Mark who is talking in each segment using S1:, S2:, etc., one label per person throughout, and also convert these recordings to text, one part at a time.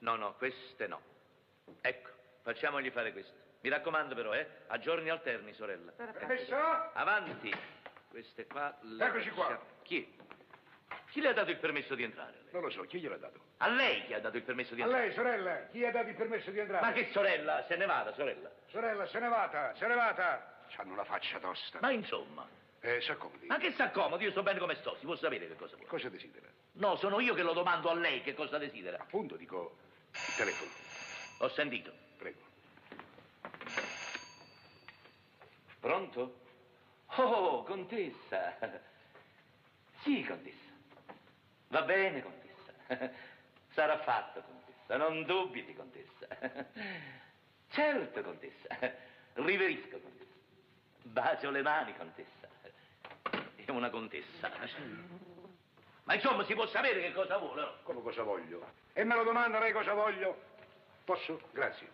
S1: No, no, queste no. Ecco, facciamogli fare queste. Mi raccomando però, eh, a giorni alterni, sorella.
S2: Permesso?
S1: Avanti. Queste qua... le
S2: Eccoci qua.
S1: lascia- Chi? Chi le ha dato il permesso di entrare? lei?
S3: Non lo so, chi gliel'ha dato?
S1: A lei chi ha dato il permesso di
S2: A
S1: entrare?
S2: lei, sorella, chi ha dato il permesso di entrare?
S1: Ma che sorella, se ne vada, sorella.
S2: Sorella, se ne vada, se ne vada.
S3: C'hanno la faccia tosta.
S1: Ma insomma,
S3: Eh, s'accomodi.
S1: ma che s'accomodi, io sto bene come sto, si può sapere che cosa vuole.
S3: Cosa desidera?
S1: No, sono io che lo domando a lei che cosa desidera.
S3: Appunto, dico, il telefono.
S1: Ho sentito.
S3: Prego.
S1: Pronto? Oh, contessa. Sì, contessa. Va bene, contessa. Sarà fatto, contessa. Non dubiti, contessa. Certo, contessa. Riverisco, contessa. Bacio le mani, contessa. È una contessa. Ma insomma, si può sapere che cosa vuole, no?
S3: Come cosa voglio?
S2: E me lo domanda lei cosa voglio?
S3: Posso? Grazie.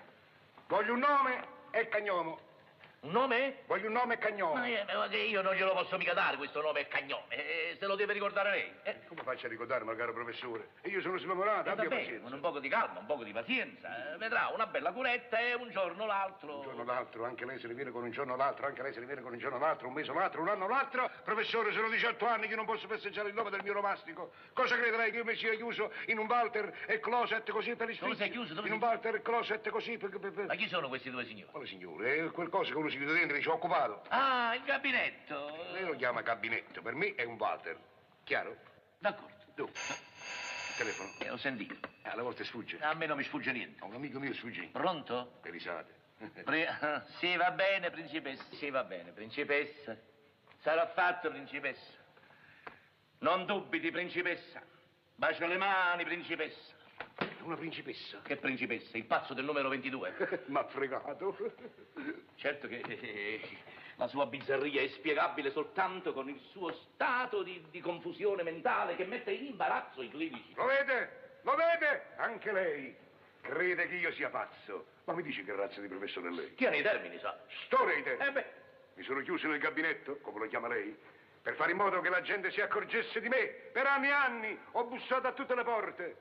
S2: Voglio un nome e cagnomo.
S1: Un nome?
S2: Voglio un nome e cagnomo.
S1: Ma eh, ma che io non glielo posso mica dare questo nome e cagnome. Eh, se lo deve ricordare lei. Eh.
S3: Come faccio a ricordarmi, caro professore? Io sono smemorato,
S1: Eh, va
S3: abbia
S1: bene,
S3: pazienza.
S1: con un poco di calma, un poco di pazienza. eh, Vedrà una bella curetta e un giorno l'altro.
S3: Un giorno o l'altro, anche lei se ne viene con un giorno o l'altro, anche lei se ne viene con un giorno o l'altro, un mese o l'altro, un anno o l'altro. Professore, sono 18 anni che non posso festeggiare il nome del mio romastico. Cosa crede lei che io mi sia chiuso in un Walter e closet così per gli
S1: Dove
S3: strisci?
S1: sei chiuso? Dove
S3: in
S1: sei
S3: un Walter e closet così per... per, per...
S1: Ma chi sono questi due signori?
S3: Quale signore? È quel coso che uno si chiude dentro e dice occupato.
S1: Ah, il gabinetto.
S3: Lei lo chiama gabinetto, per me è un Walter. Chiaro?
S1: D'accordo,
S3: Dove? Il telefono.
S1: eh, ho sentito.
S3: Eh, Alla volta sfugge.
S1: A me non mi sfugge niente.
S3: A un amico mio sfugge.
S1: Pronto?
S3: Che risate.
S1: Pre- sì, va bene, principessa. Sì, va bene, principessa. Sarà fatto, principessa. Non dubiti, principessa. Bacio le mani, principessa.
S3: Una principessa.
S1: Che principessa? Il pazzo del numero 22.
S3: M'ha fregato.
S1: Certo che eh, la sua bizzarria è spiegabile soltanto con il suo stato di, di confusione mentale che mette in imbarazzo i clinici.
S3: Lo vede? Lo vede? Anche lei crede che io sia pazzo. Ma mi dice che razza di professore è lei?
S1: Tiene i termini, sa.
S3: Storete!
S1: Eh beh,
S3: Mi sono chiuso nel gabinetto, come lo chiama lei, per fare in modo che la gente si accorgesse di me. Per anni e anni ho bussato a tutte le porte.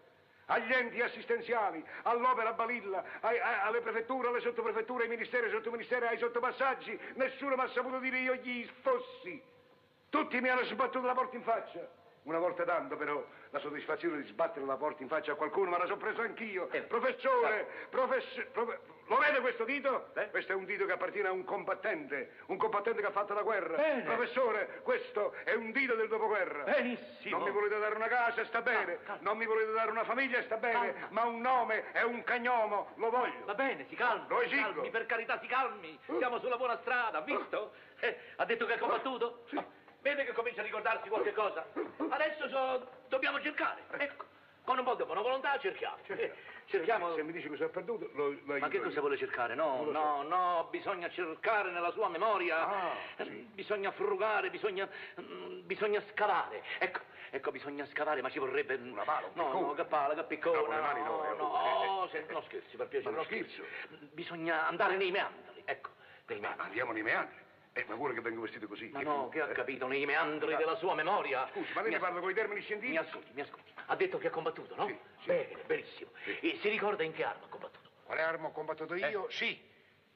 S3: Agli enti assistenziali, all'opera Balilla, ai- ai- alle prefetture, alle sottoprefetture, ai ministeri, ai sottoministeri, ai sottopassaggi. Nessuno mi ha saputo dire io gli sfossi. Tutti mi hanno sbattuto la porta in faccia. Una volta tanto, però, la soddisfazione di sbattere la porta in faccia a qualcuno me la sono presa anch'io.
S1: Eh. Eh?
S3: Professore, professore, lo vede questo dito? Questo è un dito che appartiene a un combattente, un combattente che ha fatto la guerra.
S1: Bene. Eh?
S3: Professore, questo è un dito del dopoguerra.
S1: Benissimo.
S3: Non mi volete dare una casa, sta bene. Non mi volete dare una famiglia, sta bene.
S1: Calma.
S3: Ma un nome è un cagnomo, lo voglio.
S1: va bene, si calmi.
S3: Lo
S1: si
S3: esigo.
S1: calmi, per carità, si calmi. Siamo sulla buona strada, ha visto? Eh, ha detto che ha combattuto? Ah, Vede che comincia a ricordarsi qualche cosa. Adesso so- dobbiamo cercare. Ecco, con un po' di buona volontà cerchiamo. Eh, cerchiamo...
S3: Cioè, Se mi dice cosa ha perduto, lo, lo
S1: Ma
S3: aiuto
S1: che
S3: io.
S1: cosa vuole cercare? No,
S3: Non lo
S1: no, no, bisogna cercare nella sua memoria.
S3: Ah,
S1: Eh, Bisogna frugare, bisogna. mm, bisogna scavare. Ecco, ecco, bisogna scavare, ma ci vorrebbe. Una
S3: pala, un
S1: No,
S3: piccone.
S1: no, che pala, che piccone.
S3: No, con le mani no, eh,
S1: no,
S3: oh, eh,
S1: se- no, scherzi, per piacere.
S3: Ma
S1: no
S3: non scherzo.
S1: Bisogna andare nei meandri, ecco, nei meandri.
S3: Andiamo nei meandri. Eh, ma vuole che vengo vestito così?
S1: Ma no, che ha
S3: Eh,
S1: capito, nei meandri della sua memoria.
S3: Scusi, ma
S1: Mi
S3: lei mi
S1: as-
S3: parla con i termini
S1: Mi
S3: scientifici?
S1: ascolti, mi ascolti. Ha detto che ha combattuto, no?
S3: Sì, sì.
S1: Bene, benissimo. E si ricorda in che arma ha combattuto?
S3: Quale arma ho combattuto
S1: Eh.
S3: io? Sì,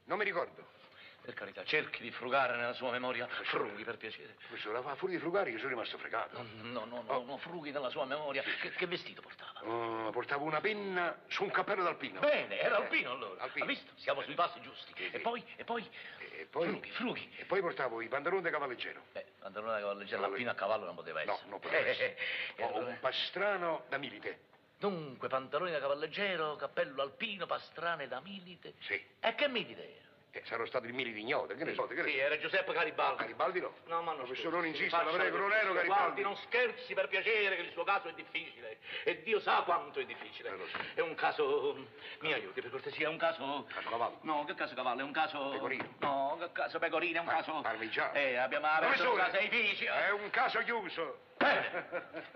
S3: non mi ricordo.
S1: Per carità, cerchi di frugare nella sua memoria. Frughi, per piacere.
S3: Professore, a furia di frugare io sono rimasto fregato.
S1: No, no, no, no, frughi nella sua memoria. Che, che vestito portava?
S3: Oh, portavo una penna su un cappello d'alpino.
S1: Bene, era
S3: Eh,
S1: alpino allora.
S3: alpino.
S1: Ha visto? Siamo sui passi giusti.
S3: Sì, sì.
S1: E poi, e poi...
S3: E poi-
S1: Frughi, frughi.
S3: E poi portavo i pantaloni da cavalleggero.
S1: Beh, Antonella Cavalleggera,
S3: Cavallo-
S1: l'alpino a cavallo non poteva
S3: No,
S1: essere. Eh,
S3: non poteva essere.
S1: E
S3: Ho
S1: allora?
S3: Oh, un pastrano da milite.
S1: Dunque, pantaloni da cavalleggero, cappello alpino, pastrane da milite.
S3: Sì.
S1: E che milite era?
S3: Eh, sarò stato il milite ignoto, che ne so, che ne
S1: Sì,
S3: so.
S1: era Giuseppe
S3: No,
S1: Garibaldi.
S3: Garibaldi no.
S1: No, ma non
S3: Professor,
S1: scherzi,
S3: non insista, la
S1: faccia
S3: prego, non ero
S1: giustizia. Guardi,
S3: Garibaldi.
S1: non scherzi per piacere, che il suo caso è difficile. E Dio sa quanto è difficile.
S3: Eh, lo so.
S1: È un caso. Mi aiuti, per cortesia, è un caso.
S3: Caso cavallo.
S1: No, che caso cavallo? È un caso.
S3: Pecorino.
S1: No, che caso pecorino, è un
S3: Pa-
S1: caso.
S3: parmigiano.
S1: Eh, abbiamo aperto un
S3: Professore,
S1: caso edificio.
S3: È un caso chiuso.
S1: Bene,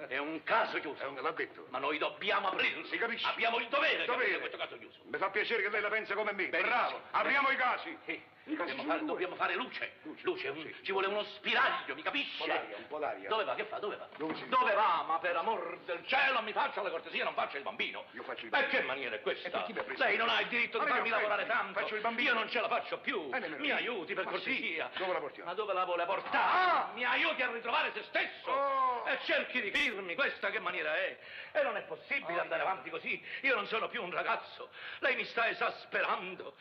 S1: è un caso
S3: È
S1: chiuso.
S3: un- L'ha detto.
S1: Ma noi dobbiamo aprirlo.
S3: Si capisce?
S1: Abbiamo il dovere, di
S3: Dovere.
S1: aprire questo caso chiuso.
S3: Mi fa piacere che lei la pensa come me.
S1: Benissimo.
S3: Bravo, apriamo i casi.
S1: Sì,
S3: I
S1: dobbiamo
S3: casi sono
S1: fare,
S3: due.
S1: dobbiamo fare luce. Luce, un-
S3: sì.
S1: ci vuole uno spiraglio, mi capisce?
S3: Un po' d'aria, un po' d'aria.
S1: Dove va? Che fa? Dove va?
S3: Dove si-
S1: Dove va? Ma per amor del cielo mi faccia la cortesia, non faccia il bambino.
S3: Io faccio il
S1: Ma
S3: bambino.
S1: che maniera è questa?
S3: E per chi mi ha preso?
S1: Lei non ha il diritto di
S3: Ma
S1: farmi
S3: io faccio-
S1: lavorare tanto.
S3: faccio il bambino.
S1: Io non ce la faccio più.
S3: Eh, nemmeno
S1: mi
S3: io.
S1: aiuti per
S3: Ma sì.
S1: cortesia.
S3: Dove la portiamo?
S1: Ma dove la vuole portare?
S3: Ah!
S1: Mi aiuti a ritrovare se stesso.
S3: Oh!
S1: E cerchi di dirmi questa che maniera è. E non è possibile andare avanti così. Io non sono più un ragazzo. Lei mi sta esasperando.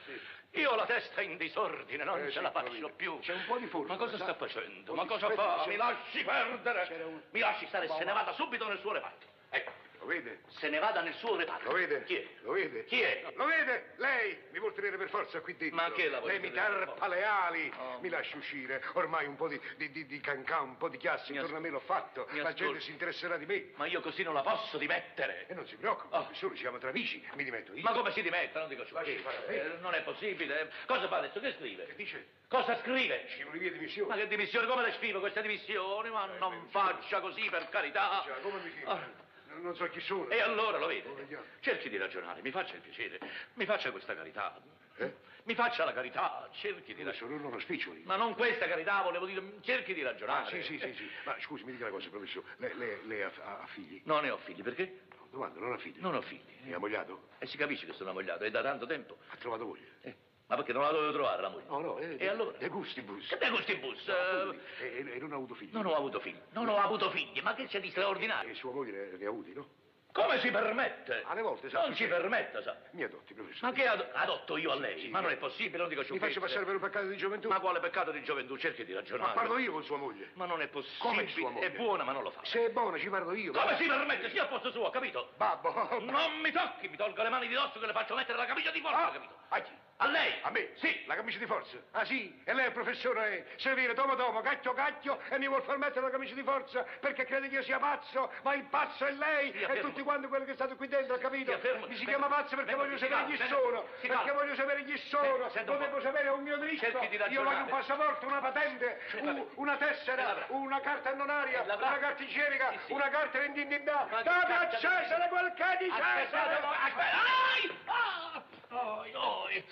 S1: Io ho la testa in disordine, non
S3: Eh,
S1: ce
S3: sì,
S1: la
S3: capito.
S1: faccio più.
S3: C'è un po' di forza,
S1: Ma cosa
S3: sa?
S1: sta facendo?
S3: Un
S1: Ma
S3: po' di-
S1: cosa fa?
S3: aspetta,
S1: Mi
S3: c'era-
S1: lasci perdere.
S3: c'era un-
S1: Mi lasci stare e
S3: Ma-
S1: se ne vada subito nel suo reparto. Ecco,
S3: Lo vede?
S1: se ne vada nel suo reparto.
S3: Lo vede?
S1: Chi è?
S3: Lo vede?
S1: Chi è?
S3: Lo vede? Lei mi vuol tenere per forza qui dentro.
S1: Ma che la vuole
S3: Lei mi
S1: tenere per
S3: tarpa
S1: forza?
S3: le ali,
S1: Oh.
S3: mi lasci uscire. Ormai un po' di, di, di, di cancà, un po' di chiasso
S1: Mi
S3: intorno a me l'ho fatto.
S1: mi
S3: La gente
S1: ascolti.
S3: si interesserà di me.
S1: Ma io così non la posso dimettere.
S3: E non si preoccupi,
S1: Oh.
S3: solo siamo tra amici, mi dimetto io.
S1: Ma come si dimette? Non dico
S3: Lasci
S1: ciò.
S3: fare a me.
S1: Eh, non è possibile. Cosa fa adesso? Che
S3: Che
S1: scrive?
S3: dice?
S1: Cosa scrive?
S3: Ci vuole via di
S1: Ma
S3: missione.
S1: che dimissioni, come le scrivo queste dimissioni? Ma non faccia così, per carità.
S3: Cioè, come mi chiama?
S1: Ah,
S3: Non- Non so chi sono.
S1: E allora lo
S3: Come
S1: vede?
S3: chiama?
S1: Cerchi di ragionare, mi faccia il piacere, mi faccia questa carità.
S3: Eh?
S1: Mi faccia la carità, cerchi di
S3: Io
S1: ragionare.
S3: sono uno spiccioli.
S1: Ma non questa carità, volevo dire, cerchi di
S3: Ah,
S1: ragionare.
S3: sì, sì, sì, sì. Ma scusi, mi dica una cosa, professore. Lei, lei- lei ha, ha- ha figli?
S1: Non ne ho figli, perché?
S3: No, domanda, non ha figli.
S1: Non ho figli.
S3: È ammogliato?
S1: E si capisce che sono ammogliato, è da tanto tempo.
S3: Ha trovato moglie?
S1: Eh, Ma perché non la dovevo trovare la moglie?
S3: No, no, eh,
S1: E allora?
S3: De gustibus.
S1: Che de gustibus?
S3: No,
S1: Eh,
S3: appunto, E, e- e non ha avuto figli?
S1: Non ho avuto figli, non ho avuto figli, ma che c'è di straordinario?
S3: E sua moglie ne, ne ha avuti, no?
S1: Come si permette?
S3: Alle volte, sa,
S1: Non si
S3: succede.
S1: permette, sa.
S3: Mi adotti, professore.
S1: Ma che ad- adotto io a
S3: Sì,
S1: lei?
S3: sì.
S1: Ma non è possibile, non dico
S3: Mi
S1: sciocchezze.
S3: faccio passare per un peccato di gioventù?
S1: Ma quale peccato di gioventù? Cerchi di
S3: Ma
S1: ragionare.
S3: parlo io con sua moglie.
S1: Ma non è possibile.
S3: Come sua moglie?
S1: È buona, ma non lo fa.
S3: Se è buona, ci parlo io.
S1: Come si permette? Sia a posto suo, capito?
S3: Babbo!
S1: Non mi tocchi, mi tolgo le mani di dosso che le faccio mettere la camicia di forza,
S3: Ah,
S1: capito?
S3: A chi?
S1: A lei?
S3: A me?
S1: Sì.
S3: La camicia di forza? Ah sì? E lei è il professore eh? Servire dopo dopo, cacchio cacchio, e mi vuol far mettere la camicia di forza perché crede che io sia pazzo, ma il pazzo è lei
S1: Stia
S3: e
S1: fermo.
S3: tutti quanti quelli che state qui dentro, capito?
S1: Stia fermo.
S3: Mi si
S1: Venga.
S3: chiama pazzo perché
S1: Venga,
S3: voglio
S1: si
S3: sapere
S1: calmi,
S3: chi
S1: venga.
S3: sono,
S1: Si
S3: perché
S1: calmi.
S3: voglio sapere chi
S1: Senta,
S3: sono,
S1: senta un
S3: volevo
S1: po'.
S3: sapere un mio diritto,
S1: Cerchi di
S3: io voglio un
S1: ragionare.
S3: passaporto, una patente,
S1: Sì,
S3: un-
S1: vabbè.
S3: una
S1: E
S3: tessera,
S1: l'avrà.
S3: una carta annonaria,
S1: E l'avrà.
S3: una carta igienica,
S1: Sì, sì.
S3: una carta di indennità.
S1: Ma che
S3: Date a
S1: cacchio di-
S3: Cesare quel che è di
S1: Aspettate,
S3: Cesare!
S1: aspetta. Ai! Ah! Ai, ai,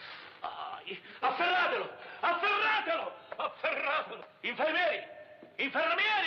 S1: ai. Afferratelo! Afferratelo! Afferratelo! Infermieri! Infermieri!